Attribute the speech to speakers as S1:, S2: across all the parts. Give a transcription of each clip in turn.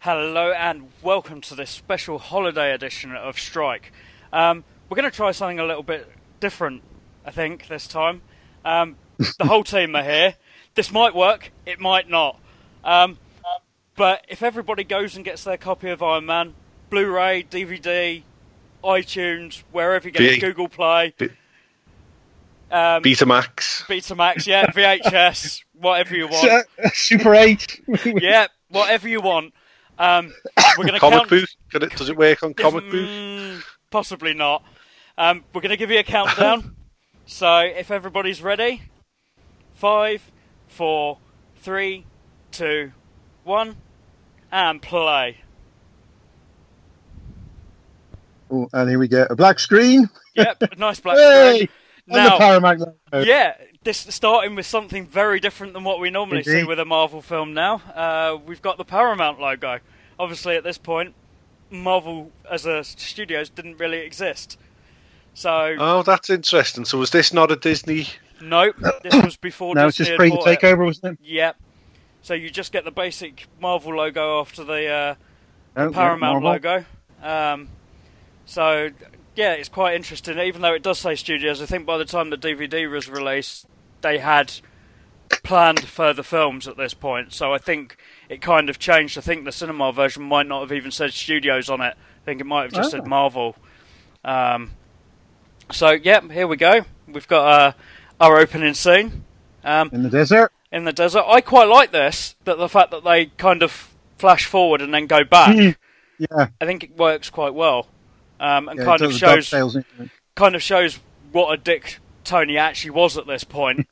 S1: Hello and welcome to this special holiday edition of Strike. Um, we're going to try something a little bit different, I think, this time. Um, the whole team are here. This might work, it might not. Um, but if everybody goes and gets their copy of Iron Man, Blu ray, DVD, iTunes, wherever you get it,
S2: V-
S1: Google Play,
S2: V-
S1: um,
S2: Betamax.
S1: Betamax, yeah, VHS, whatever you want.
S3: Su- Super 8.
S1: Yeah, whatever you want. Um, we're going to
S2: comic
S1: count.
S2: booth. Can it, does it work on comic
S1: Mm,
S2: booth?
S1: Possibly not. Um, we're going to give you a countdown. so if everybody's ready, five, four, three, two, one, and play.
S3: Oh, and here we go. A black screen.
S1: Yep, nice black
S3: Hey!
S1: screen.
S3: And the
S1: Now,
S3: Paramount logo.
S1: yeah, this starting with something very different than what we normally see
S3: Indeed.
S1: with a Marvel film. Now uh, we've got the Paramount logo. Obviously, at this point, Marvel as a studios didn't really exist. So
S2: Oh, that's interesting. So was this not a Disney?
S1: Nope, this was before
S3: No, it's
S1: Disney
S3: just
S1: had
S3: pre the
S1: bought it.
S3: takeover, wasn't it?
S1: Yep. So you just get the basic Marvel logo after the uh,
S3: No,
S1: Paramount
S3: Marvel.
S1: logo. Um, so yeah, it's quite interesting. Even though it does say studios, I think by the time the DVD was released, they had planned further films at this point. So I think it kind of changed. I think the cinema version might not have even said studios on it. I think it might have just
S3: Oh.
S1: said Marvel. Um, so yeah, here we go. We've got uh, our opening scene. Um,
S3: In the desert.
S1: in the desert. I quite like this, that the fact that they kind of flash forward and then go back.
S3: Hmm. Yeah.
S1: I think it works quite well, um, and
S3: yeah
S1: kind
S3: it
S1: of
S3: does the
S1: shows
S3: dovetails into it.
S1: kind of shows what a dick Tony actually was at this point.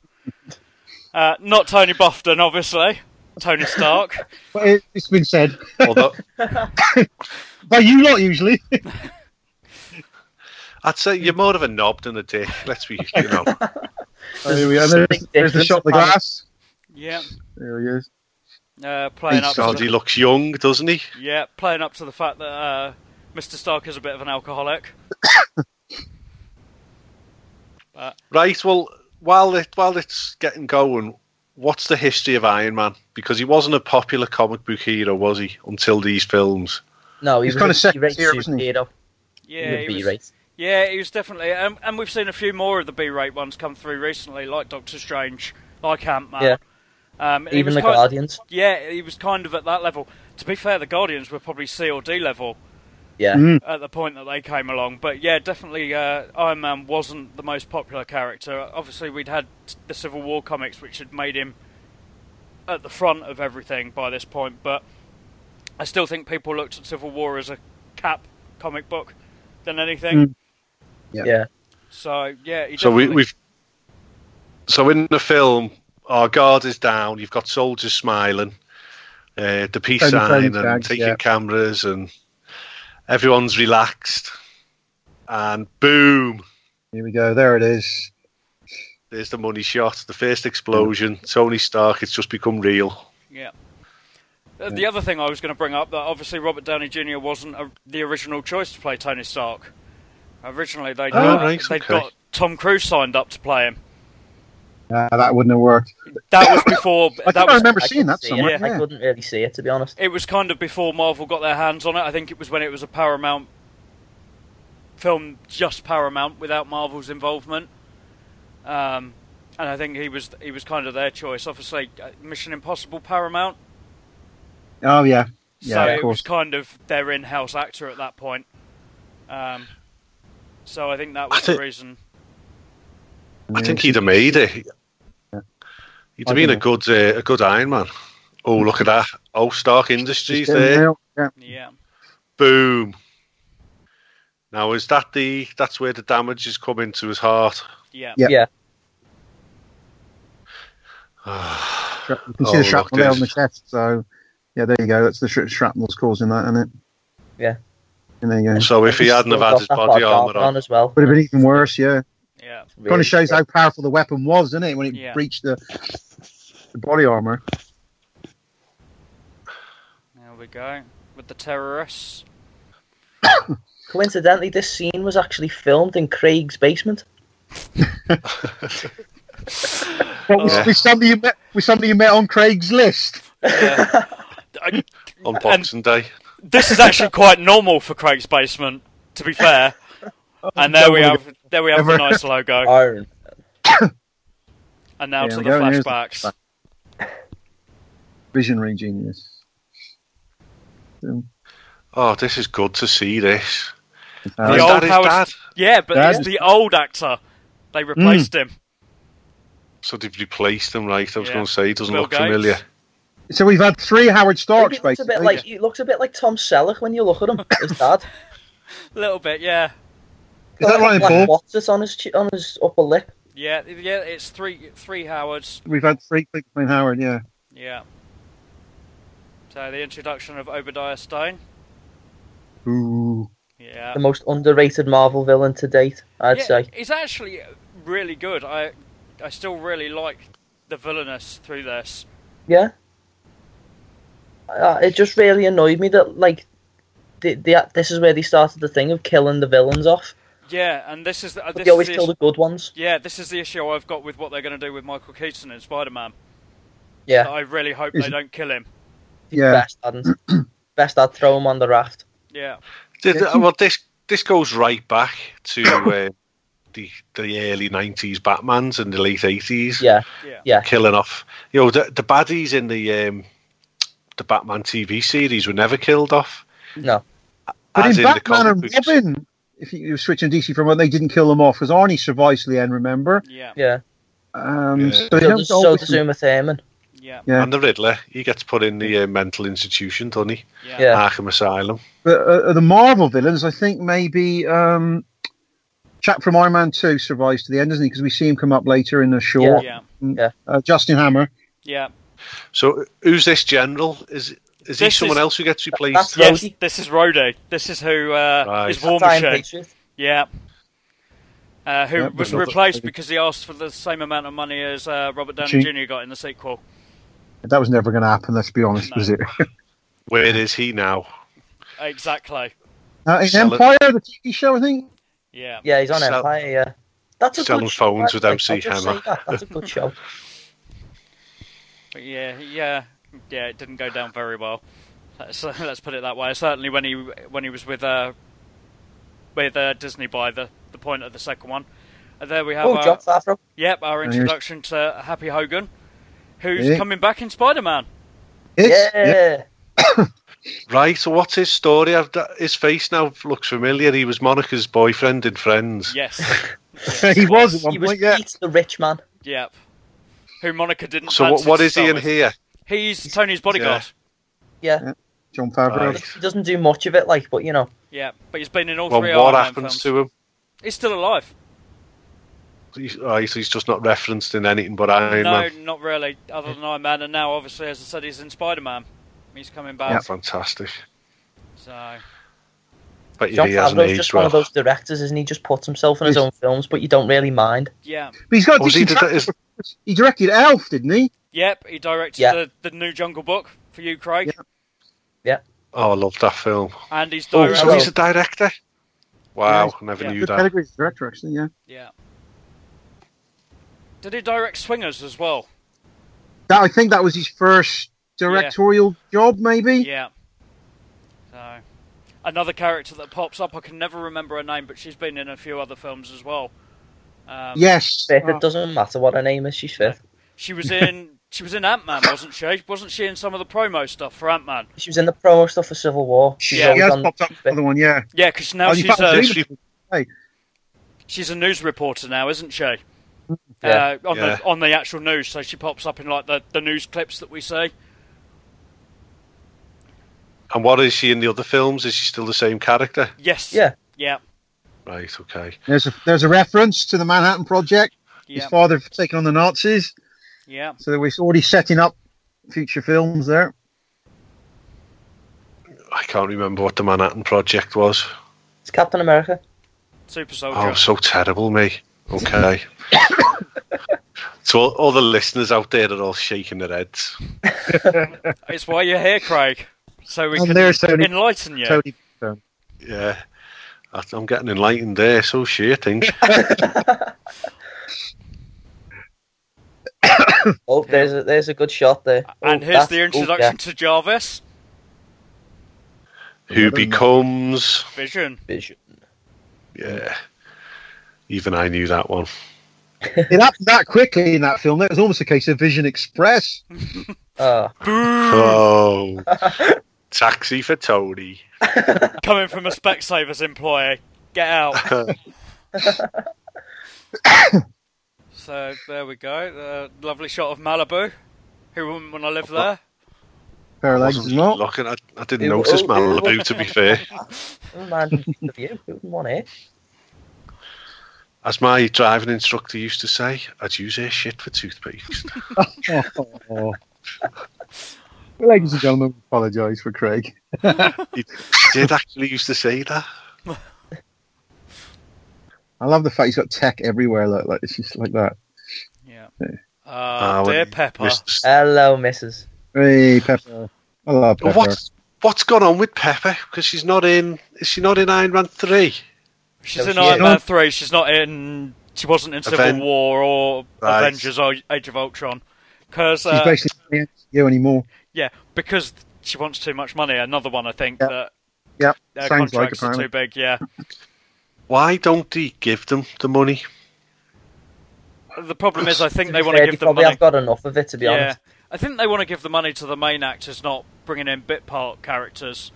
S1: uh, not Tony Buffton, obviously. Tony Stark.
S3: But it, it's been said.
S2: Although
S3: By you lot, usually.
S2: I'd say you're more of a knob than a dick. Let's be, you know.
S3: so Oh, here we are. There's, there's the shot of the glass.
S1: yeah,
S3: There he is.
S1: uh, playing up. To
S2: God, he
S1: the,
S2: looks young, doesn't he?
S1: yeah, playing up to the fact that uh, Mr. Stark is a bit of an alcoholic.
S2: Right. Well, while it while it's getting going, what's the history of Iron Man? Because he wasn't a popular comic book hero, was he? Until these films.
S4: No, he
S3: He's
S4: was
S3: kind
S4: a
S3: of second
S4: B-rate
S3: tier, isn't he?
S4: superhero.
S1: Yeah, he
S4: He was
S1: was-
S4: B-rate.
S1: Yeah, he was definitely, um, and we've seen a few more of the B-rate ones come through recently, like Doctor Strange, like Ant Man.
S4: Yeah.
S1: Um, and he
S4: Even
S1: was
S4: the
S1: kind-
S4: Guardians.
S1: Yeah, he was kind of at that level. To be fair, the Guardians were probably C or D level
S4: Yeah.
S3: Mm.
S1: at the point that they came along. But yeah, definitely uh, Iron Man wasn't the most popular character. Obviously, we'd had the Civil War comics, which had made him at the front of everything by this point. But I still think people looked at Civil War as a cap comic book than anything.
S3: Mm. Yeah.
S4: Yeah.
S1: So yeah, he
S2: Hmm. So we,
S1: definitely-
S2: we've. So in the film, our guard is down. You've got soldiers smiling, uh, the peace
S3: Friendly
S2: sign,
S3: friends
S2: and
S3: tags,
S2: taking
S3: yeah.
S2: cameras, and everyone's relaxed. And boom,
S3: Here we go. There it is.
S2: there's the money shot. The first explosion. Tony Stark. It's just become real.
S1: Yeah. Uh, The other thing I was going to bring up that obviously Robert Downey Jr. wasn't a, the original choice to play Tony Stark. Originally, they
S2: Oh,
S1: got,
S2: right,
S1: they
S2: okay.
S1: got Tom Cruise signed up to play him.
S3: Uh, that wouldn't have worked.
S1: That was before.
S3: I
S1: that
S3: think I
S1: was,
S3: remember
S4: I
S3: seeing
S4: couldn't
S3: that
S4: see
S3: somewhere.
S4: it. I couldn't really see it, to be honest.
S1: It was kind of before Marvel got their hands on it. I think it was when it was a Paramount film, just Paramount, without Marvel's involvement. Um, and I think he was he was kind of their choice. Obviously, uh, Mission Impossible, Paramount.
S3: Oh, yeah.
S1: so
S3: Yeah, of
S1: it was
S3: course.
S1: kind of their in-house actor at that point. Um, so I think that
S2: I
S1: was
S2: thi-
S1: the reason.
S2: I think he'd have made it. He'd
S3: I
S2: have been a
S3: don't
S2: good uh, a good Iron Man. Oh look at that! Oh Stark Industries
S3: Just
S2: there.
S3: getting real. Yeah.
S1: Yeah,
S2: Boom. Now is that the that's where the damage is coming to his heart?
S1: yeah,
S3: Yeah.
S4: Yeah.
S3: Shrap- You can
S2: Oh,
S3: see the
S2: look,
S3: shrapnel there on the
S2: there's-
S3: chest. So, yeah, there you go. That's the sh- shrapnel's causing that, isn't it?
S4: Yeah.
S3: And there you go.
S2: So if he hadn't have had his
S4: Got that
S2: body
S4: hard
S2: armor
S4: armor
S2: on,
S4: as well.
S3: Would have been even worse, yeah.
S1: yeah.
S4: Really
S3: kind of shows
S4: great.
S3: how powerful the weapon was, doesn't it? When it
S1: Yeah.
S3: breached the, the body armor.
S1: There we go with the terrorists.
S4: Coincidentally, this scene was actually filmed in Craig's basement.
S3: But
S2: Yeah.
S3: with,
S4: Oh,
S3: with somebody you met, with somebody you met on Craig's list.
S1: Yeah. I-
S2: on Boxing Day.
S1: This is actually quite normal for Craig's basement, to be fair. And there we have there we have the
S3: Ever.
S1: nice logo.
S4: Iron.
S1: And now
S3: Here
S1: to
S3: we
S1: the
S3: go, here's the
S1: flashbacks.
S3: Visionary genius. Um,
S2: Oh, this is good to see this.
S3: uh,
S1: The
S2: Is
S1: old
S2: that his
S1: Howard-
S2: dad?
S1: Yeah, but
S3: Dad.
S1: it's the old actor. They
S4: Mm.
S1: replaced him.
S2: So they've replaced him, right? I was
S1: Yeah.
S2: going to say, he doesn't
S1: Bill
S2: look
S1: Gates.
S2: familiar.
S3: so we've had three Howard Starks,
S4: It looks a
S3: basically.
S4: bit like he looks a bit like Tom Selleck when you look at him. His dad.
S1: A little bit, yeah.
S3: Is that Ryan
S4: Black
S3: Paul?
S4: blotters on his che- on his upper lip.
S1: Yeah, yeah, it's three three Howards.
S3: We've had three clicks between Howard, yeah.
S1: Yeah. So the introduction of Obadiah Stane.
S3: Ooh.
S1: Yeah.
S4: The most underrated Marvel villain to date, I'd
S1: yeah,
S4: say.
S1: It's actually really good. I I still really like the villainous through this.
S4: Yeah. Uh, it just really annoyed me that like, the, the, this is where they started the thing of killing the villains off.
S1: Yeah, and this is the, uh,
S4: But
S1: this
S4: they always
S1: is the
S4: kill the good ones.
S1: yeah this is the issue I've got with what they're going to do with Michael Keaton in Spider Man.
S4: Yeah.
S1: I really hope
S3: Is-
S1: they don't kill him.
S3: Yeah.
S4: Best hadn't. Best I'd throw him on the raft.
S1: Yeah.
S2: Did,
S3: Yeah.
S2: well, this this goes right back to uh, the the early '90s Batman's and the late '80s.
S4: Yeah.
S1: Yeah.
S4: Yeah.
S2: killing off. You know, the, the baddies in the um, the Batman TV series were never killed off.
S4: No.
S3: But
S2: as
S3: in
S2: the
S3: Batman
S2: comic
S3: and
S2: books.
S3: Robin, if you, you switch in DC from when they didn't kill them off, because Arnie survives Leanne, remember?
S1: Yeah.
S4: Yeah.
S3: Um,
S2: Yeah.
S3: So
S4: So
S3: they don't
S4: does, so
S3: always-
S4: does Uma Thurman.
S1: Yeah.
S3: Yeah.
S2: And the Riddler, he gets put in the uh, mental institution, doesn't he?
S1: Yeah.
S4: Yeah.
S2: Arkham Asylum.
S3: But uh, the Marvel villains, I think maybe um, chap from Iron Man Two survives to the end, doesn't he? Because we see him come up later in the short.
S1: Yeah.
S3: Uh, Justin Hammer.
S1: Yeah.
S2: So who's this general? Is is he
S1: This
S2: someone
S1: is-
S2: else who gets
S4: That's
S2: replaced?
S1: Yes,
S4: Rhodey.
S1: this is Rhodey. This is who uh,
S2: Right.
S1: is War
S4: Iron
S1: Machine.
S4: Patriot.
S1: Yeah. Uh, who
S3: Yep,
S1: was
S3: another-
S1: replaced because he asked for the same amount of money as uh, Robert Downey
S3: Gee.
S1: Jr. got in the sequel.
S3: That was never going to happen. Let's be honest,
S1: No.
S3: was it?
S2: Where is he now?
S1: Exactly.
S3: Uh, in
S2: Sell it.
S3: Empire, the TV show, I think.
S1: Yeah.
S4: Yeah, he's on
S2: Sell-
S4: Empire. Yeah, that's a
S2: selling
S4: good show,
S2: phones with
S4: actually,
S2: MC
S4: I'll just
S2: Hammer.
S4: say that, That's a good show.
S1: But yeah. Yeah. Yeah. It didn't go down very well. Let's, let's put it that way. Certainly when he when he was with uh, with uh, Disney by the the point of the second one. And there we have
S4: Oh,
S1: our
S4: John Favreau.
S1: yep our
S3: here's-
S1: introduction to Happy Hogan, who's
S3: Yeah.
S1: coming back in Spider Man.
S3: It's,
S4: Yeah,
S2: Right. So what's his story? I've, that- his face now looks familiar. He was Monica's boyfriend in Friends.
S1: Yes.
S3: yeah, he was at one
S4: he was
S3: point. Yeah.
S4: Pete the rich man.
S1: yep. Who Monica didn't.
S2: So what,
S1: fancy
S2: what
S1: to
S2: is he
S1: start
S2: in
S1: with.
S2: here?
S1: He's Tony's bodyguard.
S4: Yeah,
S3: John Favreau.
S2: Right.
S4: he doesn't do much of it, like, but you know,
S1: Yeah, but he's been in all
S2: Well,
S1: three
S2: what
S1: Iron Man films.
S2: happens to him?
S1: He's still alive.
S2: He's, right, so he's just not referenced in anything but Iron
S1: no,
S2: Man.
S1: not really. Other than Iron Man, and now obviously, as I said, he's in Spider Man. He's coming
S2: Oh,
S1: back.
S2: fantastic.
S1: So
S2: But yeah,
S4: John
S2: he hasn't
S4: Favreau's
S2: aged
S4: just one
S2: well.
S4: of those directors, isn't he? Just puts himself in his
S3: Yes.
S4: own films, but you don't really mind.
S1: yeah,
S3: But he's got a
S2: Oh, Was he
S3: decent
S2: the-
S3: track
S2: is-
S3: record. He directed Elf, didn't he?
S1: yep. He directed
S4: Yeah.
S1: the, the new Jungle Book for you, Craig,
S2: Oh, I love that film.
S1: and he's
S2: Oh,
S1: directed.
S2: so
S4: well.
S2: he's a director? Wow, never
S1: Yeah.
S2: knew
S3: Good
S2: that.
S3: pedigree as a director, actually. Yeah.
S1: yeah. Did he direct Swingers as well?
S3: That I think that was his first directorial job, maybe.
S1: Yeah. So another character that pops up. I can never remember her name, but she's been in a few other films as well. Um,
S3: Yes.
S4: Fifth,
S3: Oh.
S4: it doesn't matter what her name is, she's fifth.
S1: She was in. She was in Ant Man, wasn't she? Wasn't she in some of the promo stuff for Ant Man?
S4: She was in the promo stuff for Civil War. She's
S3: She
S1: Yeah.
S4: always
S3: has
S4: on
S3: popped up
S4: the
S3: another one, yeah.
S1: Yeah, because now
S3: Oh, you
S1: she's uh,
S3: found
S1: a,
S3: it.
S2: Literally,
S1: she's a news reporter now, isn't she?
S4: Yeah.
S1: Uh, on
S2: Yeah.
S1: the on the actual news, so she pops up in like the, the news clips that we see.
S2: And what is she in the other films? Is she still the same character?
S1: Yes.
S4: Yeah.
S1: Yeah.
S2: Right, okay.
S3: There's a there's a reference to the Manhattan Project. His
S1: Yeah.
S3: father taking on the Nazis.
S1: Yeah.
S3: So we're already setting up future films there.
S2: I can't remember what the Manhattan Project was.
S4: it's Captain America.
S1: Super
S2: Oh,
S1: soldier.
S2: so terrible, me. Okay. so all, all the listeners out there are all shaking their heads.
S1: It's why you're here, Craig. So we
S3: And
S1: can
S3: there's Tony-
S1: enlighten you.
S3: Tony-
S2: Yeah. I- I'm getting enlightened there, so sheer things.
S4: Oh, there's a, there's a good shot there.
S1: and
S4: Oh,
S1: here's
S4: that's-
S1: the
S4: oh,
S1: introduction
S4: yeah.
S1: to Jarvis.
S2: who becomes
S1: Vision.
S4: Vision.
S2: yeah. Even I knew that one.
S3: It happened that quickly in that film. It was almost a case of Vision Express.
S4: Ah,
S2: Oh, taxi for Tony.
S1: Coming from a Specsavers employee. Get out. So there we go. Uh, lovely shot of Malibu. Who wouldn't want to live there?
S3: Fair legs
S2: Wasn't
S3: is not.
S2: looking. I, I didn't
S4: It-
S2: notice
S4: oh,
S2: Malibu. To be fair,
S4: man, the view. Who wouldn't want it?
S2: as my driving instructor used to say, I'd use their shit for toothpaste.
S3: Oh. Ladies and gentlemen, we apologise for Craig.
S2: he did actually used to say that.
S3: I love the fact he's got tech everywhere. Like, like it's just like that.
S1: Yeah. Uh,
S2: Ah, when
S1: dear
S2: he
S1: Pepper.
S2: missed the s-
S4: Hello, Mrs.
S3: Hey, Pepper. I love Pepper.
S2: But what's what's gone on with Pepper? Because she's not in. Is she not in Iron Man three?
S1: She's
S4: No,
S1: in
S4: she
S1: Iron
S4: is.
S1: Man 3. She's not in. She wasn't in Civil
S2: Aven-
S1: War or
S2: Right.
S1: Avengers or Age of Ultron. Because
S3: She's
S1: uh,
S3: basically not you anymore.
S1: yeah, because she wants too much money. Another one, I think
S3: Yeah.
S1: that
S3: Yep.
S1: their
S3: Sounds like
S1: contracts are
S3: apparently.
S1: too big. Yeah,
S2: Why don't he give them the money?
S1: the problem is, I think they
S4: be
S1: want
S4: fair,
S1: to
S4: you
S1: give them
S4: probably
S1: money.
S4: have got enough of it to be
S1: Yeah,
S4: honest.
S1: I think they want to give the money to the main actors, not bringing in bit part characters.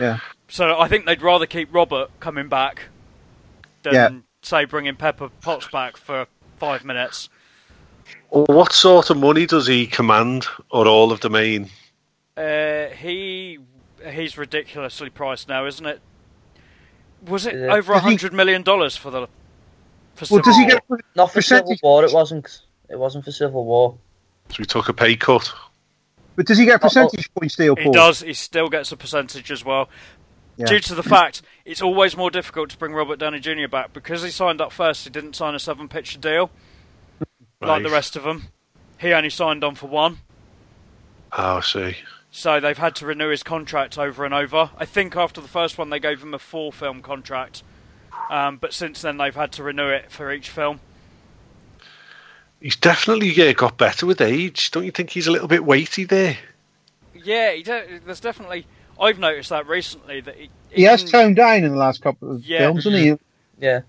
S3: Yeah.
S1: So I think they'd rather keep Robert coming back than
S3: Yeah.
S1: say bringing Pepper Potts back for five minutes.
S2: Or what sort of money does he command, or all of the main?
S1: Uh, he he's ridiculously priced now, isn't it? Was it
S4: Yeah.
S1: over a
S3: Does he-
S1: hundred million dollars for the for
S3: Well,
S1: Civil
S3: does he get?
S1: War?
S4: Not for Civil
S3: Percentage-
S4: War. It wasn't. It wasn't for Civil War.
S2: So he took a pay cut.
S3: But does he get percentage points still?
S1: He
S3: Paul?
S1: does. He still gets a percentage as well,
S3: Yeah.
S1: due to the fact it's always more difficult to bring Robert Downey Jr. back because he signed up first. He didn't sign a seven-picture deal like
S2: Right.
S1: the rest of them. He only signed on for one,
S2: Oh, I see.
S1: so they've had to renew his contract over and over. I think after the first one, they gave him a four-film contract, um, but since then they've had to renew it for each film.
S2: He's definitely yeah, got better with age. Don't you think he's a little bit weighty there?
S1: Yeah, he de- there's definitely. I've noticed that recently that he,
S3: He has
S1: even-
S3: toned down in the last couple of
S1: Mm. Yeah.
S3: films, hasn't he?
S4: Yeah.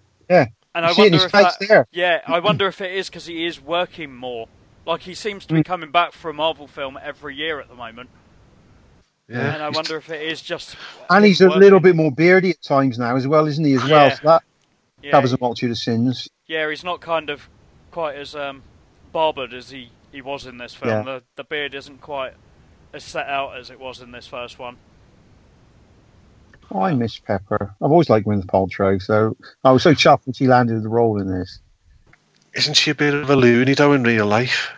S1: and
S3: you
S1: I
S3: see it in
S1: wonder
S3: his
S1: if
S3: face
S1: that,
S3: there.
S1: yeah, I wonder if it is because he is working more. Like he seems
S3: Mm.
S1: to be coming back for a Marvel film every year at the moment,
S2: Yeah.
S1: and I wonder if it is just.
S3: And
S1: him
S3: he's a
S1: working.
S3: little bit more beardy at times now, as well, isn't he? As well,
S1: Yeah.
S3: so that
S1: Yeah,
S3: covers a multitude of sins.
S1: yeah, he's not kind of quite as um, barbered as he, he was in this film.
S3: Yeah.
S1: The the beard isn't quite as set out as it was in this first one.
S3: Oh, I miss Pepper. I've always liked Gwyneth Paltrow, so I was so chuffed when she landed the role in this.
S2: Isn't she a bit of a loony though in real life?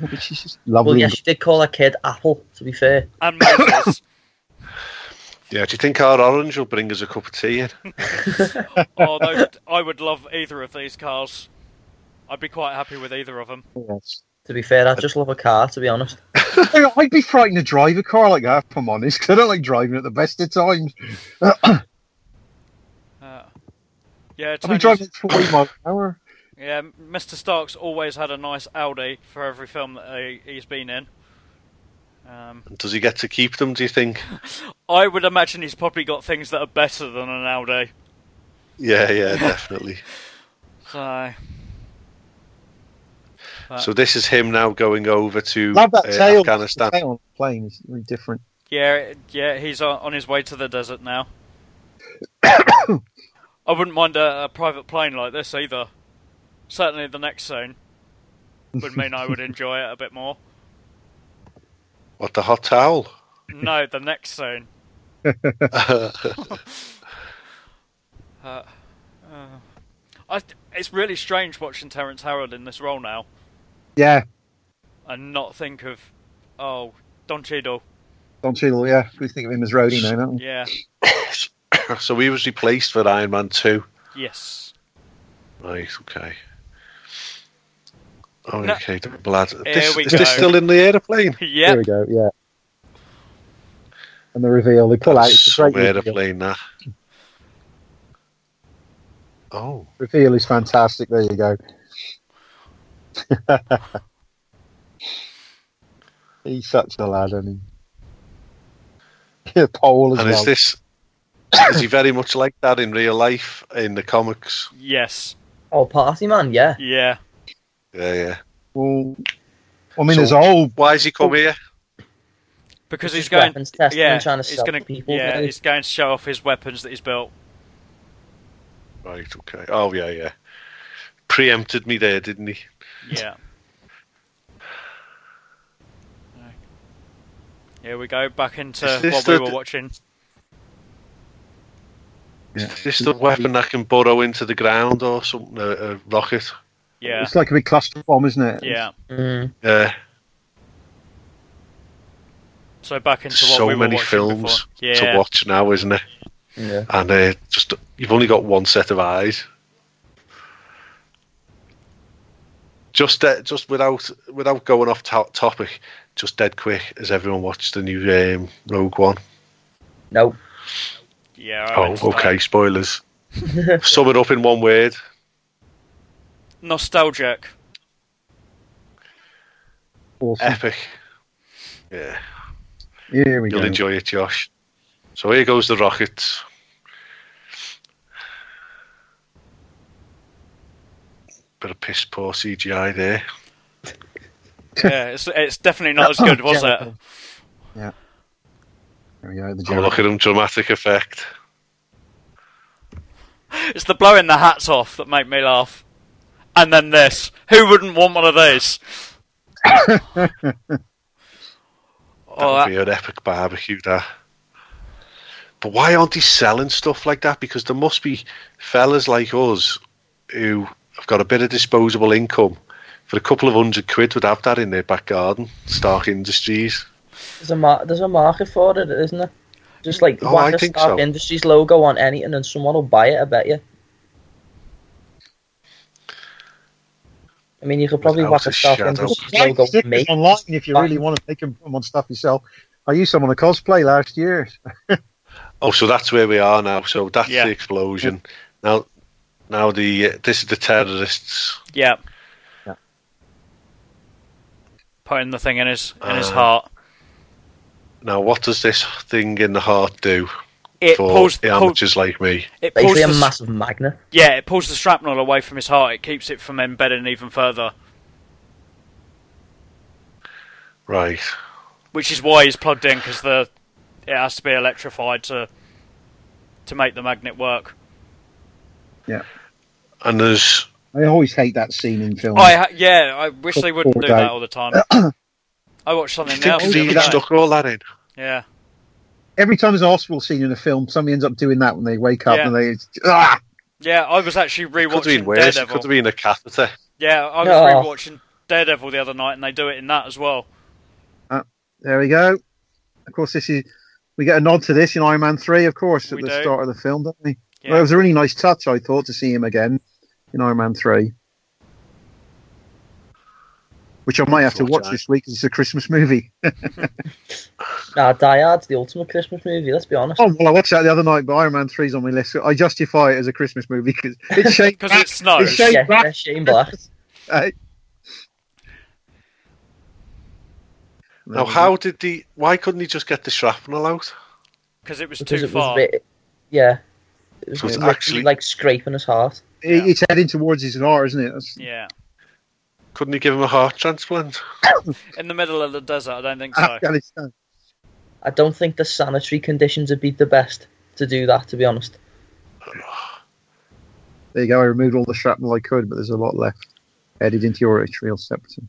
S3: But she's just lovely.
S4: Well, yeah,
S3: and-
S4: she did call her kid Apple. To be fair,
S1: And Moses,
S2: Yeah. Do you think our orange will bring us a cup of tea? In?
S1: although I would love either of these cars, I'd be quite happy with either of them.
S3: yes.
S4: to be fair, I just love a car. To be honest,
S3: You know, I'd be frightened to drive a car like that, if I'm honest, 'cause I don't like driving at the best of times.
S1: Uh, yeah,
S3: I'll be
S1: Tony's-
S3: driving at 40 miles an hour.
S1: yeah, Mr. Stark's always had a nice Audi for every film that he, he's been in. Um,
S2: Does he get to keep them? Do you think?
S1: I would imagine he's probably got things that are better than an Audi.
S2: Yeah, yeah, definitely.
S1: So,
S2: so this is him now going over to
S3: Love that
S2: uh,
S3: tail.
S2: Afghanistan.
S3: The tail on the plane is really different.
S1: yeah, it- yeah, he's on, on his way to the desert now. I wouldn't mind a, a private plane like this either. Certainly, the next scene would mean I would enjoy it a bit more.
S2: What the hot towel?
S1: No, the next scene. Uh, I, it's really strange watching Terrence Howard in this role now
S3: Yeah,
S1: and not think of, oh, Don Cheadle.
S3: Don Cheadle, yeah. We think of him as Rhodey now, don't we?
S1: Yeah.
S2: so he was replaced for Iron Man two.
S1: Yes.
S2: Right. Okay. Oh,
S1: No.
S2: okay, blood.
S1: Here
S2: This,
S1: we
S2: is
S1: go.
S2: this still in the airplane?
S3: There
S1: Yep.
S3: we go, yeah. And the reveal, they pull out. It's a
S2: Some
S3: great reveal.
S2: airplane, that. Oh,
S3: reveal is fantastic. There you go. He's such a lad, isn't Paul as
S2: And
S3: well.
S2: is this is he very much like that in real life in the comics?
S1: Yes.
S4: Oh, Party Man, yeah.
S1: Yeah.
S2: Yeah, yeah.
S3: Well, I mean,
S2: So-
S3: there's a whole
S2: Why has he come here?
S1: Because
S4: It's
S1: he's
S4: just
S1: going.
S4: weapons testing
S1: yeah,
S4: and trying to
S1: he's
S4: sell
S1: gonna-
S4: to people,
S1: Yeah,
S4: really.
S1: he's going to show off his weapons that he's built.
S2: Right, okay. Oh yeah, yeah. Preempted me there, didn't he?
S1: Yeah. Here we go back into
S2: Is this
S1: what we
S2: the-
S1: were watching.
S3: Yeah.
S2: Is this the weapon that can burrow into the ground or something? A, a rocket?
S1: Yeah.
S3: It's like a big cluster bomb, isn't it?
S1: Yeah.
S4: Mm.
S2: Yeah.
S1: So back into what
S2: so
S1: we were
S2: many
S1: watching
S2: films
S1: before. Yeah.
S2: to watch now, isn't it?
S4: Yeah.
S2: And uh, just you've only got one set of eyes. Just uh, just without without going off to- topic, just dead quick. Has everyone watched the new um, Rogue One?
S4: No.
S1: Yeah. I
S2: Oh,
S1: went to that.
S2: okay. Spoilers. Sum it up in one word.
S1: Nostalgic.
S3: Awesome.
S2: Epic. Yeah,
S3: Here we
S2: you'll
S3: go.
S2: enjoy it, Josh. So here goes the rockets. Bit of piss poor CGI there.
S1: yeah. It's it's definitely not as
S2: Oh,
S1: good, was it?
S4: Jellicoe.
S3: There we go. The
S2: Oh, look
S3: Jedi.
S2: at him, dramatic effect.
S1: It's the blowing the hats off that make me laugh. And then this. Who wouldn't want one of these?
S2: That
S1: oh,
S2: would
S1: that,
S2: be an epic barbecue, that. But why aren't they selling stuff like that? Because there must be fellas like us who have got a bit of disposable income for a couple of hundred quid would have that in their back garden, Stark Industries.
S4: There's a mar- there's a market for it, isn't there? Just like
S2: Oh, I
S4: whack a
S2: think
S4: Stark
S2: so.
S4: Industries logo on anything, and someone will buy it. I bet you. I mean, you could probably
S2: Without
S4: whack
S2: a
S4: a Stark
S2: shadow.
S4: Industries
S3: You
S4: logo
S3: can stick
S4: on me.
S3: them online if you really want to make them on stuff yourself. I used some on a cosplay last year.
S2: Oh, so that's where we are now. So that's
S1: Yeah.
S2: the explosion. Now, now the uh, this is the terrorists.
S1: yeah.
S3: Yeah.
S1: Putting the thing in his in his
S2: Uh,
S1: heart.
S2: Now, what does this thing in the heart do
S1: It
S2: for
S1: pulls,
S2: the
S1: pull,
S2: amateurs like me?
S1: it pulls
S4: Basically,
S1: the,
S4: a
S1: s-
S4: massive magnet.
S1: yeah, it pulls the shrapnel away from his heart. It keeps it from embedding even further,
S2: Right.
S1: which is why he's plugged in because the it has to be electrified to to make the magnet work.
S2: And there's
S3: I always hate that scene in films.
S1: Oh, I ha- yeah, I wish they wouldn't do
S3: Poor
S1: that
S3: guy.
S1: all the time. I watched something
S2: I
S1: else.
S2: think
S1: the
S2: they
S1: other night.
S2: stuck all that in.
S1: Yeah,
S3: Every time there's an hospital scene in a film, somebody ends up doing that when they wake up
S1: Yeah.
S3: and they. Ah!
S1: yeah. I was actually
S2: Could have been
S1: rewatching
S2: worse. It could
S1: Daredevil.
S2: have been a catheter.
S1: Yeah, I was
S4: No.
S1: rewatching Daredevil the other night, and they do it in that as well.
S3: There we go. Of course, this is we get a nod to this in Iron Man three, of course, at
S1: We
S3: the
S1: do.
S3: start of the film, don't we?
S1: Yeah.
S3: Well, it was a really nice touch, I thought, to see him again in Iron Man three, which I might have to
S2: Watch
S3: watch
S2: out.
S3: this week 'cause it's a Christmas movie.
S4: Nah, Die Hard's the ultimate Christmas movie. Let's be honest.
S3: Oh well, I watched that the other night, but Iron Man three's on my list. So I justify it as a Christmas movie because Oh, it's Shane.
S1: Because it snows.
S3: Shane
S4: yeah,
S3: Black.
S4: that's Shane Black.
S3: Black.
S2: Now, how did the? Why couldn't he just get the shrapnel out?
S1: Because it was
S4: Because
S1: too
S4: it was
S1: far.
S4: bit, yeah. It was
S2: So it's
S4: literally,
S2: actually-
S4: like scraping his heart.
S3: It- It's heading towards his heart, isn't it? That's-
S1: Yeah,
S2: Couldn't he give him a heart transplant?
S1: in the middle of the desert. I don't think
S2: Ah,
S1: so.
S3: Afghanistan.
S4: I don't think the sanitary conditions would be the best to do that. To be honest,
S3: There you go. I removed all the shrapnel I could, but there's a lot left. Headed into your atrial septum.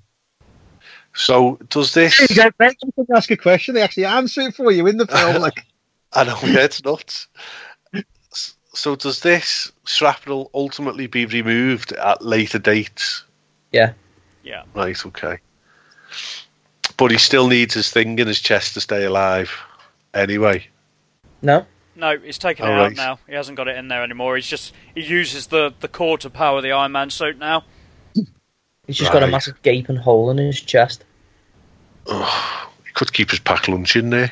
S2: So does this?
S3: There you go. They can ask a question. They actually answer it for you in the film. Like,
S2: I know, yeah, it's nuts. S- So does this shrapnel ultimately be removed at later dates?
S4: Yeah.
S1: Yeah.
S2: Right. Okay. But he still needs his thing in his chest to stay alive. Anyway,
S4: no.
S1: No, he's taken it
S2: Oh,
S1: out
S2: right.
S1: now. He hasn't got it in there anymore. He's just he uses the the core to power the Iron Man suit now.
S4: He's just got a
S2: Right.
S4: massive gaping hole in his chest.
S2: he could keep his packed lunch in there.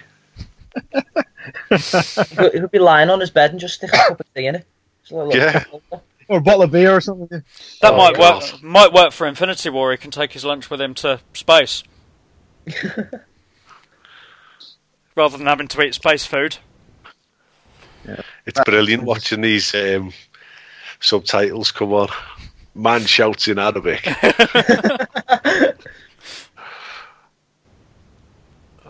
S4: He'll, he'll be lying on his bed and just stick a cup of tea in it. Just a little-
S2: Yeah.
S3: or a bottle of beer or something.
S1: That
S4: Oh,
S1: might
S2: God.
S1: work. Might work for Infinity War. He can take his lunch with him to space. rather than having to eat space food.
S2: It's brilliant watching these um, subtitles come on. Man shouts in Arabic.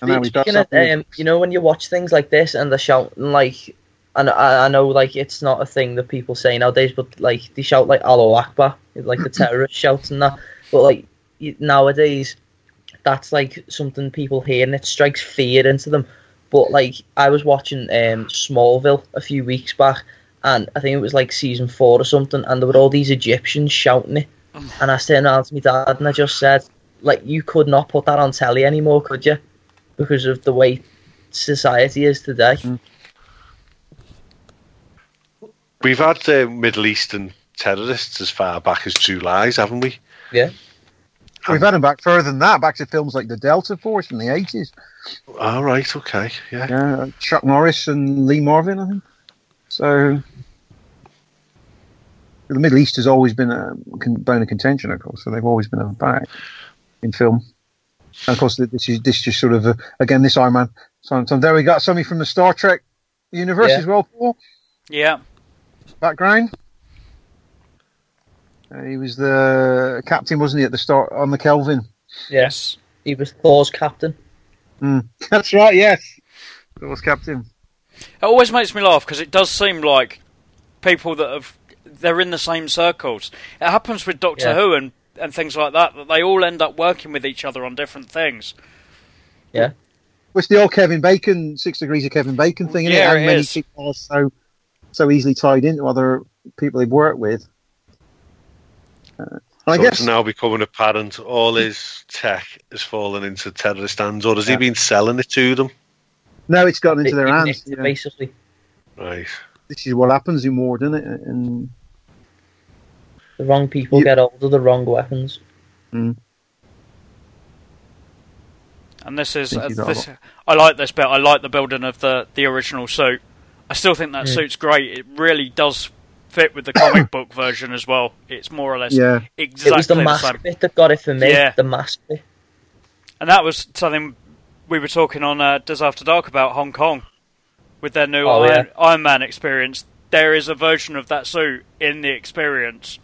S3: And now we've got
S4: Speaking of,
S3: something-
S4: um, you know when you watch things like this and they're shouting like, and I, I know like it's not a thing that people say nowadays, but like they shout like "Allahu Akbar," like the terrorists shout and that. But like you- nowadays, that's like something people hear and it strikes fear into them. But like I was watching um, Smallville a few weeks back, and I think it was like season four or something, and there were all these Egyptians shouting it, and I turned around to my dad and I just said, like you could not put that on telly anymore, could you? because of the way society is today.
S3: Mm.
S2: We've had uh, Middle Eastern terrorists as far back as Two Lies, haven't we?
S4: Yeah.
S3: We've had them back further than that, back to films like the Delta Force in the eighties.
S2: All right, okay, yeah.
S3: Yeah, uh, Chuck Norris and Lee Marvin, I think. So the Middle East has always been a con- bone of contention, of course. So they've always been back in film. And of course, th- this is this just sort of uh again this Iron Man. So, so there we got somebody from the Star Trek universe
S4: Yeah.
S3: as well. Paul
S1: Yeah.
S3: background. Uh, he was the captain, wasn't he, at the start on the Kelvin?
S1: Yes.
S4: He was Thor's captain.
S3: That's right. Yes, it was captain.
S1: It always makes me laugh because it does seem like people that have they're in the same circles. It happens with Doctor
S4: Yeah.
S1: Who and and things like that that they all end up working with each other on different things.
S4: Yeah.
S3: Well, It's the old Kevin Bacon, six degrees of Kevin Bacon thing, isn't
S1: Yeah, it
S3: it? And many
S1: is.
S3: people are so, so easily tied into other people they've worked with. Uh, and
S2: so
S3: I guess
S2: it's now becoming apparent all his tech has fallen into terrorist hands, or has he been selling it to them?
S3: no, it's gotten into
S4: He-
S3: their
S4: he
S3: hands.
S4: nicked
S3: you
S4: it,
S3: know.
S4: Basically,
S2: Right.
S3: This is what happens in war, doesn't it? And
S4: the wrong people
S3: You-
S4: get hold of the wrong weapons.
S1: And this is
S3: Thank
S1: uh,
S3: you, Darla.
S1: this, I like this bit. I like the building of the the original suit. I still think that
S4: Mm.
S1: suit's great. It really does fit with the comic book version as well. It's more or less
S3: yeah,
S1: exactly
S4: it was the
S1: the
S4: mask
S1: same.
S4: bit that got it for me.
S1: Yeah.
S4: The mask bit.
S1: And that was something we were talking on uh, Does After Dark about Hong Kong with their new
S4: Oh,
S1: Iron, Iron Man experience. There is a version of that suit in the experience.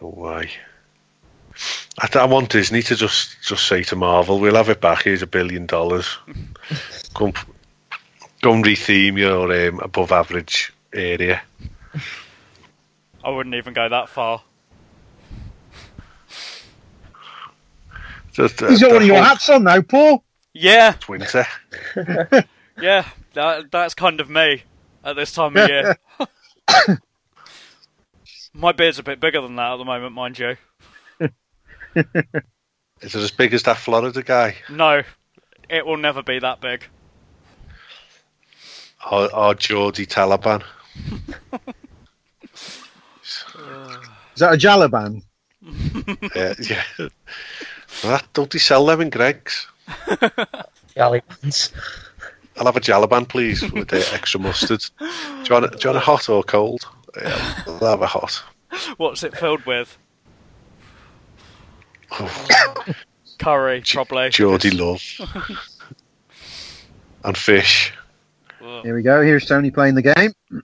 S2: Oh, why? I, th- I want Disney to just, just say to Marvel, we'll have it back, here's a billion dollars. go, and, go and retheme your um, above average area.
S1: I wouldn't even go that far.
S2: Just, uh,
S3: he's got one of your
S2: the whole
S3: hats on now, Paul.
S1: Yeah,
S2: Winter.
S1: yeah, that, that's kind of me at this time of year. My beard's a bit bigger than that at the moment, mind you.
S2: Is it as big as that Florida guy?
S1: No, it will never be that big.
S2: Or, or Geordie Taliban?
S3: Is that a Jalaban?
S2: Uh, yeah. That, don't they sell them in Greg's?
S4: Jallywans.
S2: I'll have a Jalaban, please, with the extra mustard. Do you, want, do you want a hot or cold? Yeah, I'll have a hot.
S1: What's it filled with?
S2: Oh.
S1: Curry, probably.
S2: Geordie Love. and fish.
S1: Ugh,
S3: Here we go. Here's Tony playing the game.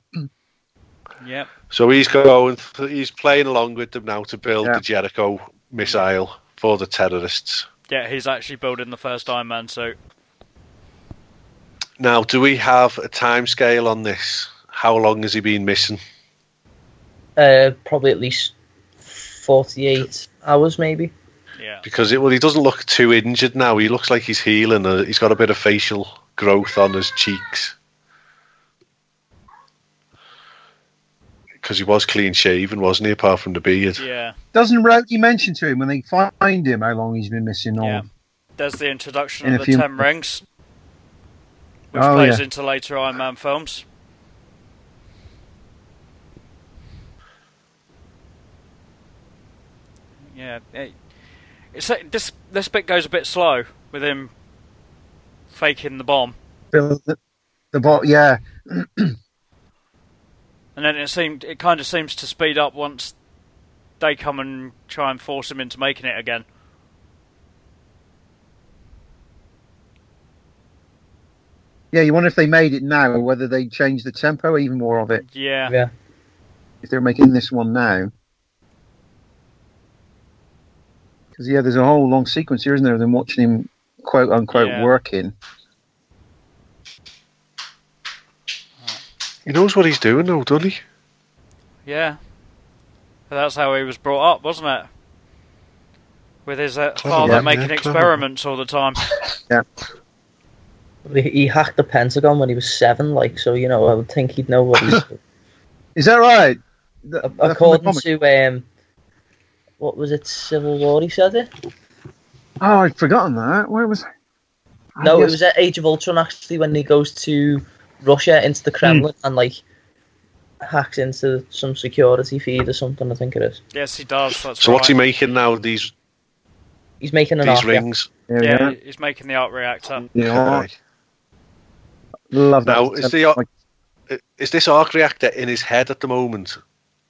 S1: Yep.
S2: So he's going, he's playing along with them now to build
S3: Yeah.
S2: the Jericho missile for the terrorists.
S1: Yeah, he's actually building the first Iron Man suit.
S2: Now, do we have a time scale on this? How long has he been missing?
S4: Uh, probably at least forty-eight hours, maybe.
S1: Yeah.
S2: Because it, well, he doesn't look too injured now. He looks like he's healing. Uh, he's got a bit of facial growth on his cheeks. Because he was clean shaven, wasn't he? Apart from the beard.
S1: Yeah.
S3: Doesn't Rhodey mention to him when they find him how long he's been missing? Or
S1: Yeah. There's the introduction
S3: In
S1: of the
S3: a few-
S1: Ten Rings, which
S3: Oh,
S1: plays
S3: yeah.
S1: into later Iron Man films. Yeah, it, it's this this bit goes a bit slow with him faking the bomb,
S3: Bill- the, the bot? Yeah,
S1: and then it seemed it kind of seems to speed up once they come and try and force him into making it again.
S3: Yeah, you wonder if they made it now, whether they changed the tempo even more of it.
S1: Yeah.
S4: Yeah.
S3: If they're making this one now. Because, yeah, there's a whole long sequence here, isn't there, of them watching him quote unquote
S1: Yeah.
S3: working.
S2: He knows what he's doing, though, doesn't he?
S1: Yeah. But that's how he was brought up, wasn't it? With his uh,
S2: Clever
S1: father
S2: man,
S1: making
S2: yeah, clever.
S1: experiments all the time.
S4: He, he hacked the Pentagon when he was seven, like so. You know, I would think he'd know what he's.
S3: Is that right? Th- that from the
S4: according
S3: comic?
S4: to um, what was it? Civil War. He said it.
S3: Oh, I'd forgotten that. Where was I? I?
S4: No, it
S3: guess-
S4: was at Age of Ultron actually when he goes to Russia into the Kremlin
S3: Hmm.
S4: and like hacks into some security feed or something. I think it is.
S1: yes, he does. That's
S2: So what's he
S1: right.
S2: making now? These
S4: He's making an
S2: these
S4: arc, yeah.
S2: rings.
S3: There we
S1: Yeah,
S3: go.
S1: he's making the art reactor.
S3: Yeah.
S2: Okay.
S3: Love that.
S2: Now, is the- Is this arc reactor in his head at the moment,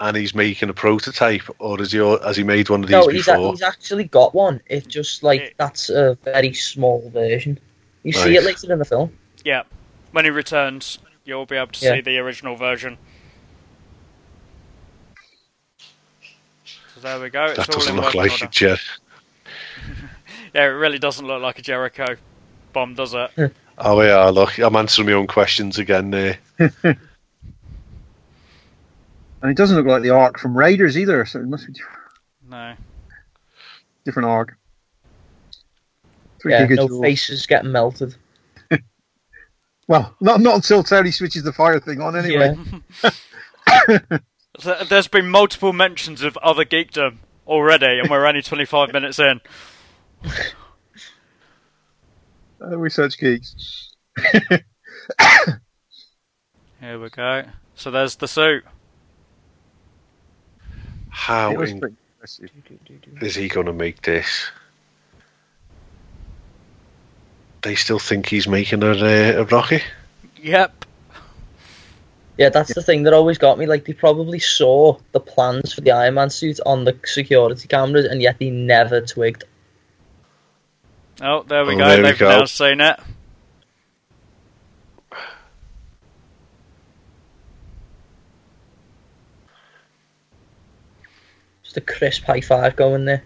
S2: and he's making a prototype, or is he al- has he made one of these
S4: No, he's, a,
S2: before?
S4: he's actually got one. It just like
S1: It-
S4: that's a very small version. You see
S2: Right.
S4: it later in the film.
S1: Yeah. When he returns, you'll be able to
S4: Yeah.
S1: see the original version. So there we go. It's
S2: that
S1: all
S2: doesn't
S1: in
S2: look
S1: working
S2: like
S1: order.
S2: it yet.
S1: Yeah, it really doesn't look like a Jericho bomb, does it?
S2: Oh yeah, look, I'm answering my own questions again there.
S1: uh,
S3: and it doesn't look like the arc from Raiders either, so it must be diff-
S1: No.
S3: different arc. Three
S4: Yeah, no
S3: gigajoules.
S4: faces getting melted.
S3: Well, not not until Tony switches the fire thing on anyway.
S1: So there's been multiple mentions of other geekdom already, and we're only 25 minutes in.
S3: Uh, we're such geeks.
S1: Here we go. So there's the suit.
S2: How
S3: It was
S2: in-
S3: pretty impressive.
S2: is he going to make this? They still think he's making a, uh, a rocket.
S1: Yep.
S4: Yeah, that's the thing that always got me. Like they probably saw the plans for the Iron Man suit on the security cameras, and yet they never twigged.
S1: Oh, there we
S2: Oh,
S1: go.
S2: there we
S1: They've
S2: go.
S1: now seen it.
S4: Just a crisp high five going there.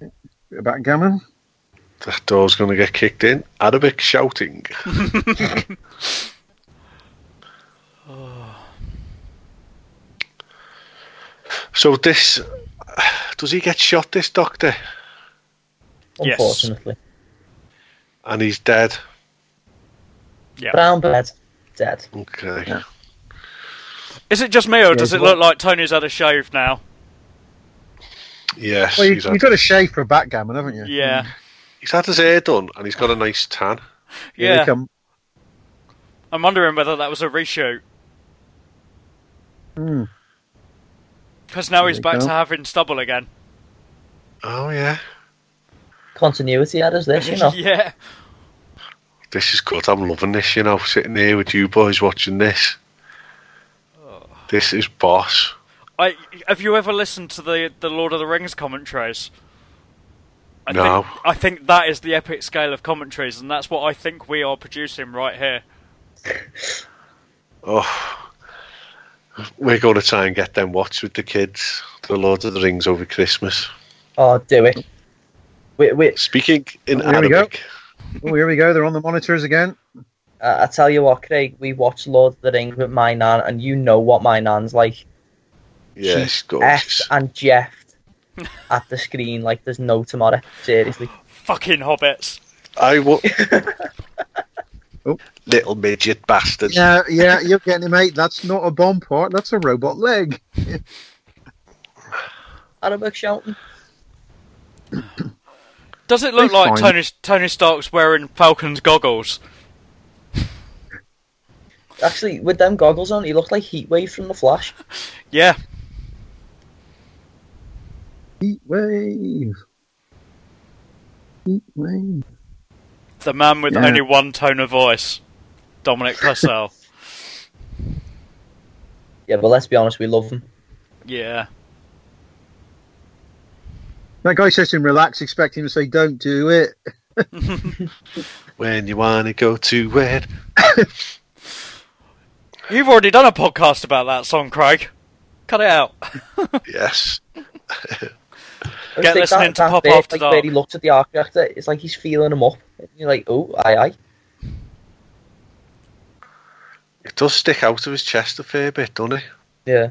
S3: Bit of backgammon.
S2: That door's going to get kicked in. Arabic shouting. so this does he get shot? This doctor
S1: Yes.
S4: Unfortunately,
S2: and he's dead.
S4: Brown Bird dead.
S2: Okay.
S3: Yeah.
S1: Is it just me, or does
S3: Yeah,
S1: it look like Tony's had a shave now?
S2: Yes.
S3: Well, you,
S2: he's,
S3: you've
S2: had,
S3: got a shave for a backgammon, haven't you? Mm.
S1: Yeah.
S2: he's had his hair done and he's got a nice tan.
S3: Here they
S1: Yeah.
S3: come.
S1: I'm wondering whether that was a reshoot.
S3: Hmm.
S1: Because now he's
S3: There you
S1: back
S3: go.
S1: to having stubble again.
S2: Oh yeah.
S4: Continuity had us this, you know.
S1: yeah.
S2: This is good. I'm loving this. You know, sitting here with you boys watching this. This is boss.
S1: I, have you ever listened to the, the Lord of the Rings commentaries? I
S2: No.
S1: Think, I think that is the epic scale of commentaries, and that's what I think we are producing right here.
S2: Oh, we're going to try and get them watched with the kids. The Lord of the Rings over Christmas.
S4: Oh, do it. Wait, wait.
S2: Speaking in
S3: There we go.
S2: Arabic.
S3: Oh, here we go. They're on the monitors again.
S4: I I tell you what, Craig. We watched Lord of the Rings with my nan, and you know what my nan's like.
S2: Yes,
S4: she
S1: Oh,
S4: effed
S2: gorgeous.
S4: and jeffed at the screen like there's no tomorrow. Seriously,
S1: Fucking hobbits.
S2: I wa-
S3: Oh.
S2: little midget bastards.
S3: Yeah, yeah, you're getting it, mate. That's not a bomb part. That's a robot leg.
S4: Arabic shouting.
S1: Does it look
S3: They're
S1: like
S3: fine.
S1: Tony Tony Stark's wearing Falcon's goggles?
S4: Actually, with them goggles on, he looked like Heatwave from The Flash.
S1: Yeah.
S3: Heat wave. Heat wave.
S1: The man with
S3: Yeah.
S1: only one tone of voice, Dominic Purcell.
S4: Yeah, but let's be honest, we love him.
S1: yeah.
S3: That guy says to him, relax, expect him to say, don't do it.
S2: when you want to go to red.
S1: You've already done a podcast about that song, Craig. Cut it out.
S2: Yes.
S4: I
S1: Get
S4: think
S1: listening to Pop
S4: bit,
S1: After
S4: like, Where
S1: Dark.
S4: he looks at the architecture, it's like he's feeling him up. And you're like, oh, aye, aye.
S2: It does stick out of his chest a fair bit, doesn't it?
S4: Yeah.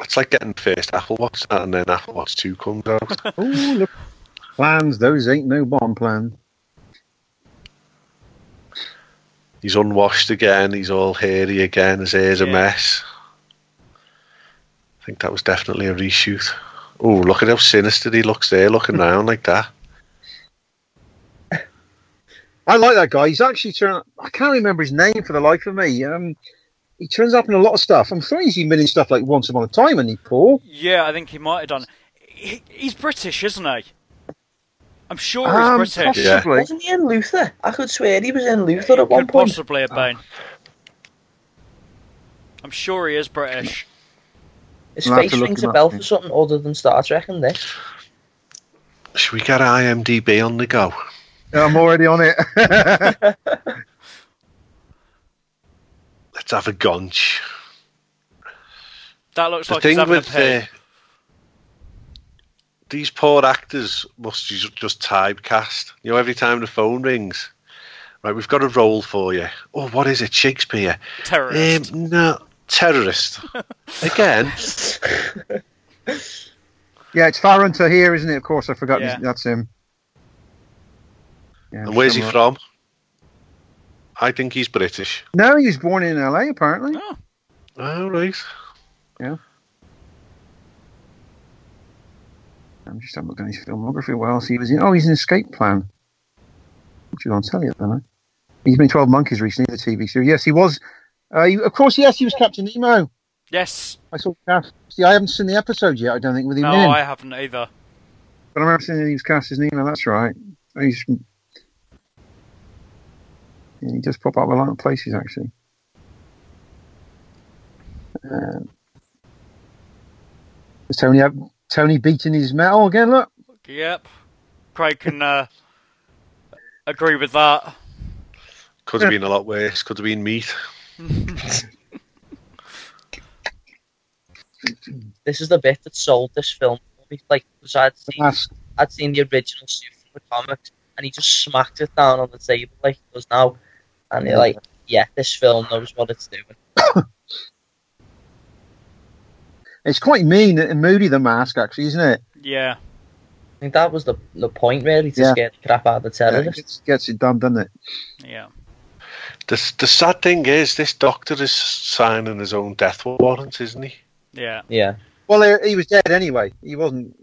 S2: It's like getting the first Apple Watch and then Apple Watch 2 comes out.
S3: Oh, look. Plans, those ain't no bomb plans.
S2: he's unwashed again, he's all hairy again, his hair's
S1: Yeah.
S2: a mess. I think that was definitely a reshoot. Oh, look at how sinister he looks there, looking down like that.
S3: I like that guy. He's actually turned. I can't remember his name for the life of me. Um, he turns up in a lot of stuff. I'm sure he's been in stuff like Once Upon a Time, and he Paul.
S1: Yeah, I think he might have done. He, he's British, isn't he? I'm sure Oh, he's
S3: Um,
S1: British.
S2: Yeah.
S3: possibly.
S4: Wasn't he in Luther? I could swear he was in Luther
S1: It
S4: at one
S1: could
S4: point.
S1: possibly have been. I'm sure he is British.
S4: His
S3: I'll have
S4: face
S3: to look
S4: rings
S3: him
S4: a
S3: up,
S4: bell
S3: yeah.
S4: for something other than Star Trek and this.
S2: Should we get IMDb on the go?
S3: I'm already on it.
S2: Let's have a gonch.
S1: That looks
S2: The
S1: like he's
S2: thing
S1: having a
S2: with
S1: pee.
S2: uh, these poor actors must ju- just typecast. You know, every time the phone rings, right? We've got a role for you. Oh, what is it? Shakespeare. Um,
S1: Terrorist.
S2: no, terrorist. Again,
S3: yeah, it's Farron Tahir, isn't it? Of course, I forgot.
S1: Yeah.
S3: His, that's him. Yeah,
S2: and where's he
S3: somewhere.
S2: from? I think he's British.
S3: No, he was born in L.A. Apparently.
S1: Oh.
S2: Oh, right.
S3: I'm just having a look at his filmography. What else he was in? Oh, he's in Escape Plan. Which is on telly at the moment. He's been in Twelve Monkeys recently, the TV series. Yes, he was. Uh, he, of course, yes, he was Captain Nemo.
S1: Yes.
S3: I saw cast. See, I haven't seen the episode yet. I don't think with him
S1: No,
S3: in.
S1: I haven't either.
S3: But I remember seeing he was cast as Nemo. That's right. He's yeah, he does pop up a lot of places actually. Uh, is Tony have- Tony beating his metal again? Look,
S1: Yep. Craig can uh, agree with that.
S2: Could have been a lot worse. Could have been meat.
S4: This is the bit that sold this film. Like, 'cause I'd seen,
S3: that's
S4: I'd seen the original suit from the comics, and he just smacked it down on the table like he does now. And you're like, yeah, this film knows what it's doing.
S3: it's quite mean and moody. The mask actually, isn't it?
S1: Yeah.
S4: I think that was the, the point, really, to
S3: Yeah.
S4: scare the crap out of the
S3: Yeah, it
S4: terrorists.
S3: gets, gets it done, doesn't it?
S1: Yeah.
S2: The, the sad thing is, this doctor is signing his own death warrant, isn't he?
S1: Yeah.
S4: Yeah.
S3: Well, he- he was dead anyway. He wasn't.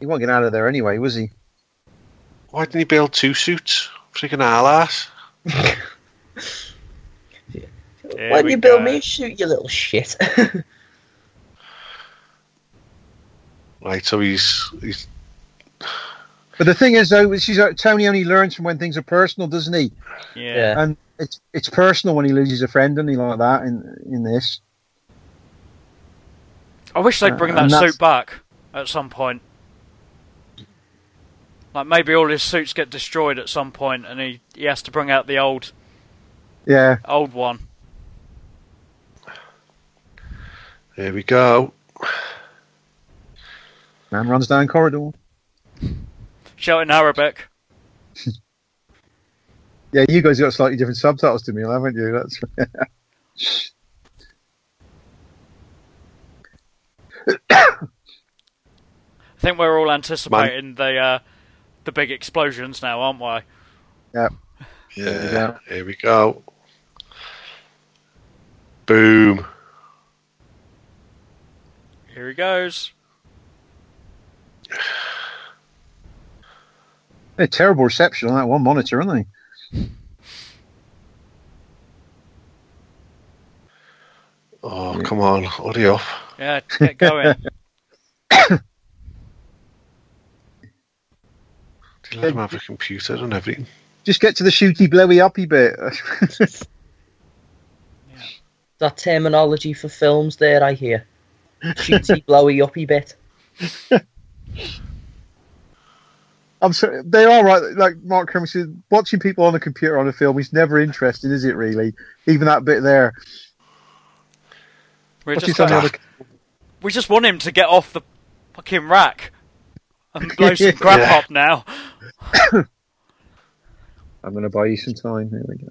S3: He wasn't getting out of there anyway, was he?
S2: Why didn't he build two suits? Freaking alas.
S1: Here
S4: Why do
S1: we
S4: you build
S1: go.
S4: me a shoot, you little shit?
S2: Right, so he's he's
S3: But the thing is, though, is she's, uh, Tony only learns from when things are personal, doesn't he?
S1: Yeah.
S4: yeah.
S3: And it's it's personal when he loses a friend, and he like that in in this.
S1: I wish they'd bring
S3: Uh,
S1: that
S3: and that's-
S1: suit back at some point. Like maybe all his suits get destroyed at some point, and he, he has to bring out the old
S3: Yeah,
S1: old one.
S2: here we go.
S3: man runs down corridor.
S1: Shout in Arabic.
S3: Yeah, you guys got slightly different subtitles to me, haven't you? That's
S1: I think we're all anticipating the uh, the big explosions now, aren't we?
S3: There we
S2: Yeah,
S3: go.
S2: here we go. Boom.
S1: Here he goes.
S3: a terrible reception on that one monitor, aren't they?
S2: Oh, come on, hurry up.
S1: Yeah, get going.
S2: Do you let him have a computer and everything?
S3: Just get to the shooty blowy uppy bit.
S4: That terminology for films there, I hear. Shooty, blowy, uppy bit.
S3: I'm sorry, they are right. Like Mark Kermit says, watching people on a computer on a film is never interesting, is it? Really, even that bit there.
S1: We're
S3: Watching
S1: just
S3: some
S1: like,
S3: other,
S1: we just want him to get off the fucking rack and blow some crap
S2: Yeah.
S1: up now.
S3: I'm going to buy you some time. There we go.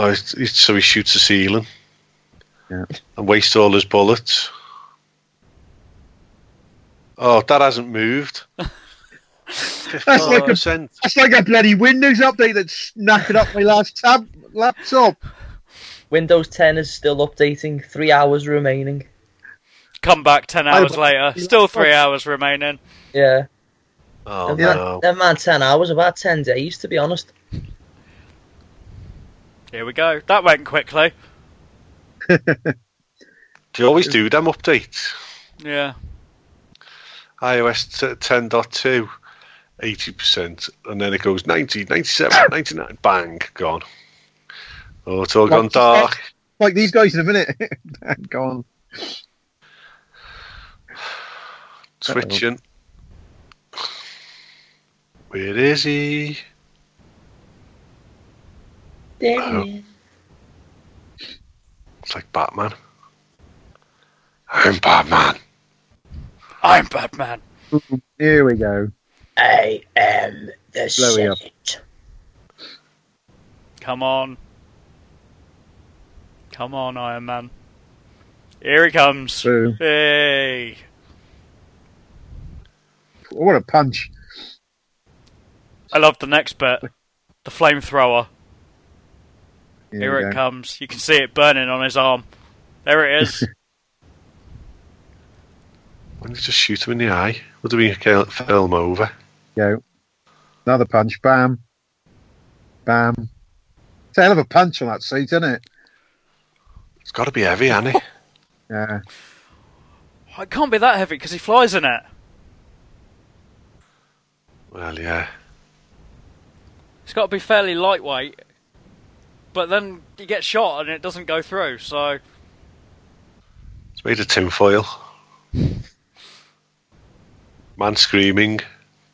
S2: Oh, it's, it's- so he shoots the ceiling
S3: Yeah.
S2: and wastes all his bullets. Oh, that hasn't moved.
S3: That's like a-
S2: 15%.
S3: That's like a bloody Windows update that's knackered up my last tab laptop.
S4: Windows 10 is still updating. Three hours remaining.
S1: Come back ten hours
S3: but-
S1: later, still three hours remaining.
S4: Yeah.
S2: Oh,
S4: Never mind-
S2: no.
S4: never mind 10 hours, about 10 days, to be honest.
S1: Here we go. That went quickly.
S2: Do you always do them updates?
S1: Yeah.
S2: iOS t- 10.2, 80%. And then it goes 90, 97, 99. Bang, gone. Oh, it's all
S3: Like-
S2: gone dark.
S3: Like these guys in a minute. Gone.
S2: Switching. Where is he?
S4: Damn.
S2: Oh. It's like Batman. I'm Batman.
S1: I'm Batman.
S3: Here we go.
S4: I am the
S3: Blow it up.
S4: Senate.
S1: Come on. Come on, Iron Man. Here he comes.
S3: So,
S1: Hey.
S3: what a punch!
S1: I love the next bit. The flamethrower.
S3: Here
S1: Here
S3: we
S1: it
S3: go.
S1: comes. You can see it burning on his arm. There it is.
S2: Why don't you just shoot him in the eye? What do we ca- film over?
S3: go. Another punch. Bam. Bam. It's a hell of a punch on that seat, isn't it?
S2: It's got to be heavy, Annie.
S3: Yeah.
S1: Oh, it can't be that heavy because he flies in it.
S2: well, yeah.
S1: It's got to be fairly lightweight. But then you get shot and it doesn't go through. So
S2: It's made of tinfoil. Man screaming.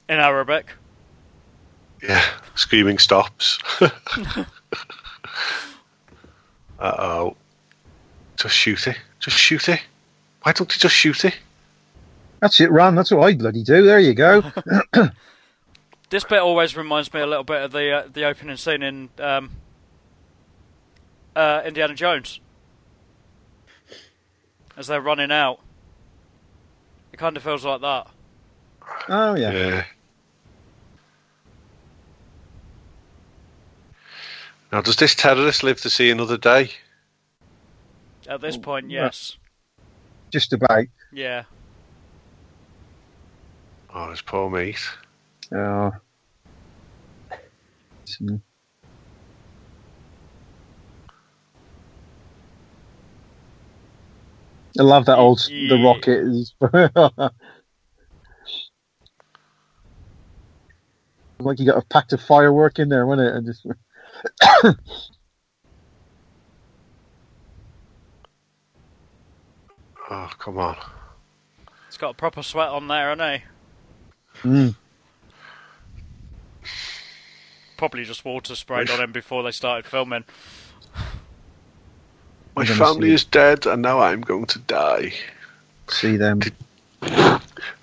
S1: in Arabic,
S2: Yeah, screaming stops. uh oh. Just shoot it. Just shoot it. Why don't you just shoot it?
S3: That's it, run. That's what I bloody do. There you go.
S1: this bit always reminds me a little bit of the uh, the opening scene in um, uh, Indiana Jones as they're running out. It kind of feels like that.
S3: Oh, yeah.
S2: Yeah. Now, does this terrorist live to see another day?
S1: At this point,
S3: yeah.
S1: yes,
S3: Just about.
S1: yeah.
S2: Oh, his poor mate.
S3: Oh. I love that old the
S1: Yeah.
S3: rocket. is- like you got a packed of firework in there, wasn't it? And just
S2: Oh, come on.
S1: It's got a proper sweat on there, hasn't he?
S3: Mm.
S1: Probably just water sprayed on him before they started filming.
S2: My
S3: I'm gonna
S2: family
S3: see.
S2: is dead, and now I'm going to die.
S3: see them.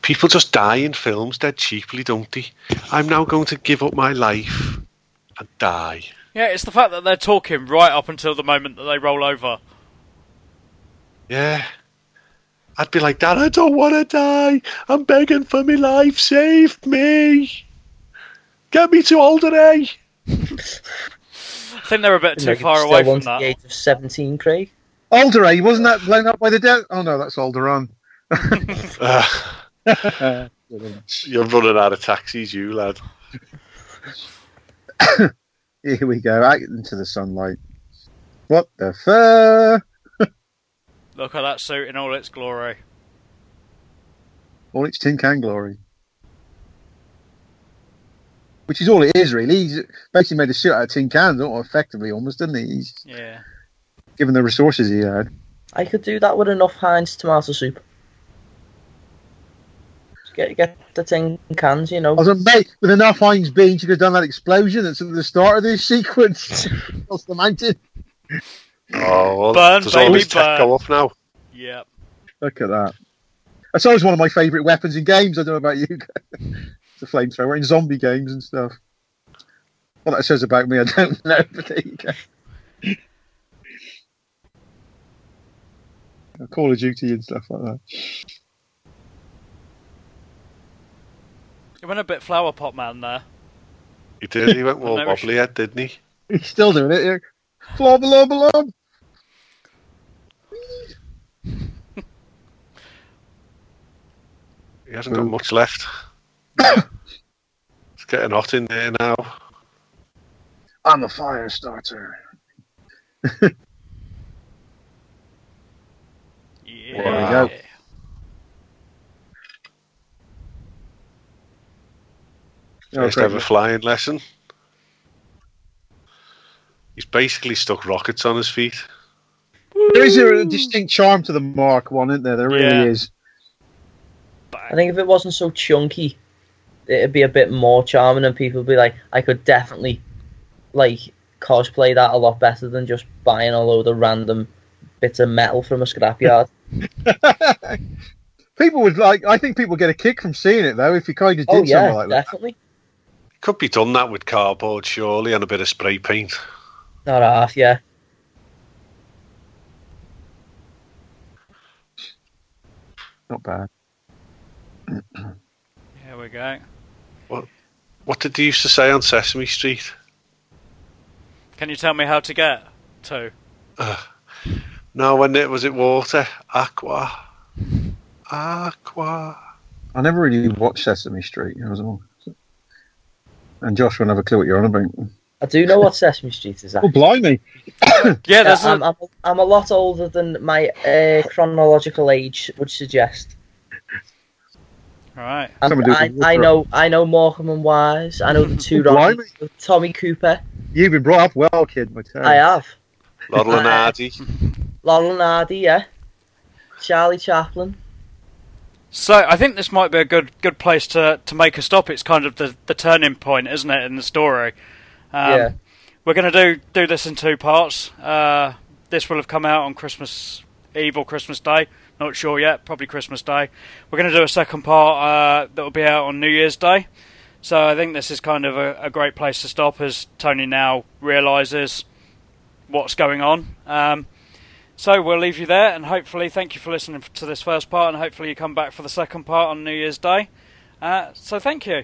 S2: People just die in films dead cheaply, don't they? I'm now going to give up my life and die.
S1: Yeah, it's the fact that they're talking right up until the moment that they roll over.
S2: Yeah. I'd be like, Dad, I don't want to die. I'm begging for my life. Save me. Get me to Alder A.
S1: I think they're a bit too
S4: Like,
S1: far
S4: still
S1: away from
S4: under
S1: that.
S4: the age of 17, Craig.
S3: Alderay eh? wasn't that blown up by the dead? Oh no, that's Alderon.
S2: Ah, you're running out of taxis, you lad.
S3: Here we go, out into the sunlight. What the fur?
S1: Look at that suit in all its glory.
S3: All its tin can glory. Which is all it is, really. He's basically made a suit out of tin cans, or effectively almost, didn't he? He's
S1: Yeah.
S3: given the resources he had.
S4: I could do that with enough Heinz tomato soup. Just Get get the tin cans, you know.
S3: I was amazed with enough Heinz beans, you could have done that explosion at the start of this sequence. Across the mountain.
S2: Oh, well,
S1: Burn,
S2: does all
S1: baby,
S2: this tech
S1: burn.
S2: go off now?
S1: Yeah.
S3: Look at that. That's always one of my favourite weapons in games. I don't know about you. it's a flamethrower in zombie games and stuff. What that says about me, I don't know. But there you go. Call of Duty and stuff like that.
S1: It went a bit flower pot man there.
S2: He did. He went
S1: The
S2: more
S1: Irish-
S2: wobbly head, didn't he?
S3: He's still doing it. Here. Blob, blob, blob.
S2: He hasn't got
S3: Ooh.
S2: much left. it's getting hot in there now.
S3: I'm a fire starter.
S1: Yeah.
S2: There we
S3: go. Oh,
S2: First ever flying lesson. He's basically stuck rockets on his feet.
S3: There is a distinct charm to the Mark One, isn't there? There really
S1: Yeah.
S3: is.
S4: I think if it wasn't so chunky, it'd be a bit more charming, and people would be like, I could definitely like cosplay that a lot better than just buying a load of random bits of metal from a scrapyard.
S3: People would like. I think people get a kick from seeing it though. If you kind of did
S4: oh yeah,
S3: something like that.
S4: definitely.
S2: Could be done that with cardboard, surely, and a bit of spray paint.
S4: Not half, yeah.
S3: Not bad.
S1: Here we go.
S2: What did they used to say on Sesame Street?
S1: Can you tell me how to get to?
S2: No, when it was it water, aqua, aqua.
S3: I never really watched Sesame Street. You know, as well. And Josh will not have a clue what you're on about.
S4: I do know what Sesame Street is.
S3: Oh,
S4: Actually.
S3: blimey!
S1: Yeah,
S4: Yeah,
S1: there's
S4: I'm,
S1: a,
S4: I'm, I'm a lot older than my uh, chronological age would suggest.
S1: right.
S4: And
S3: Someone do
S4: I,
S3: some
S4: I
S3: work.
S4: know, I know Morecambe and Wise. I know the two
S3: Blimey.
S4: Ronnies, Tommy Cooper.
S3: You've been brought up well, kid. My tell you.
S4: I have.
S2: Laurel and
S1: Uh,
S4: Ah.
S2: Hardy.
S4: Laurel and Hardy, yeah. Charlie Chaplin.
S1: So I think this might be a good good place to, to make a stop. It's kind of the, the turning point, isn't it, in the story? Um,
S4: yeah.
S1: We're going to do do this in two parts. Uh, this will have come out on Christmas Eve or Christmas Day. Not sure yet. Probably Christmas Day. We're going to do a second part uh, that will be out on New Year's Day. So I think this is kind of a, a great place to stop as Tony now realizes what's going on. Um, so we'll leave you there, and hopefully, thank you for listening to this first part, and hopefully you come back for the second part on New Year's Day. Uh, so thank you.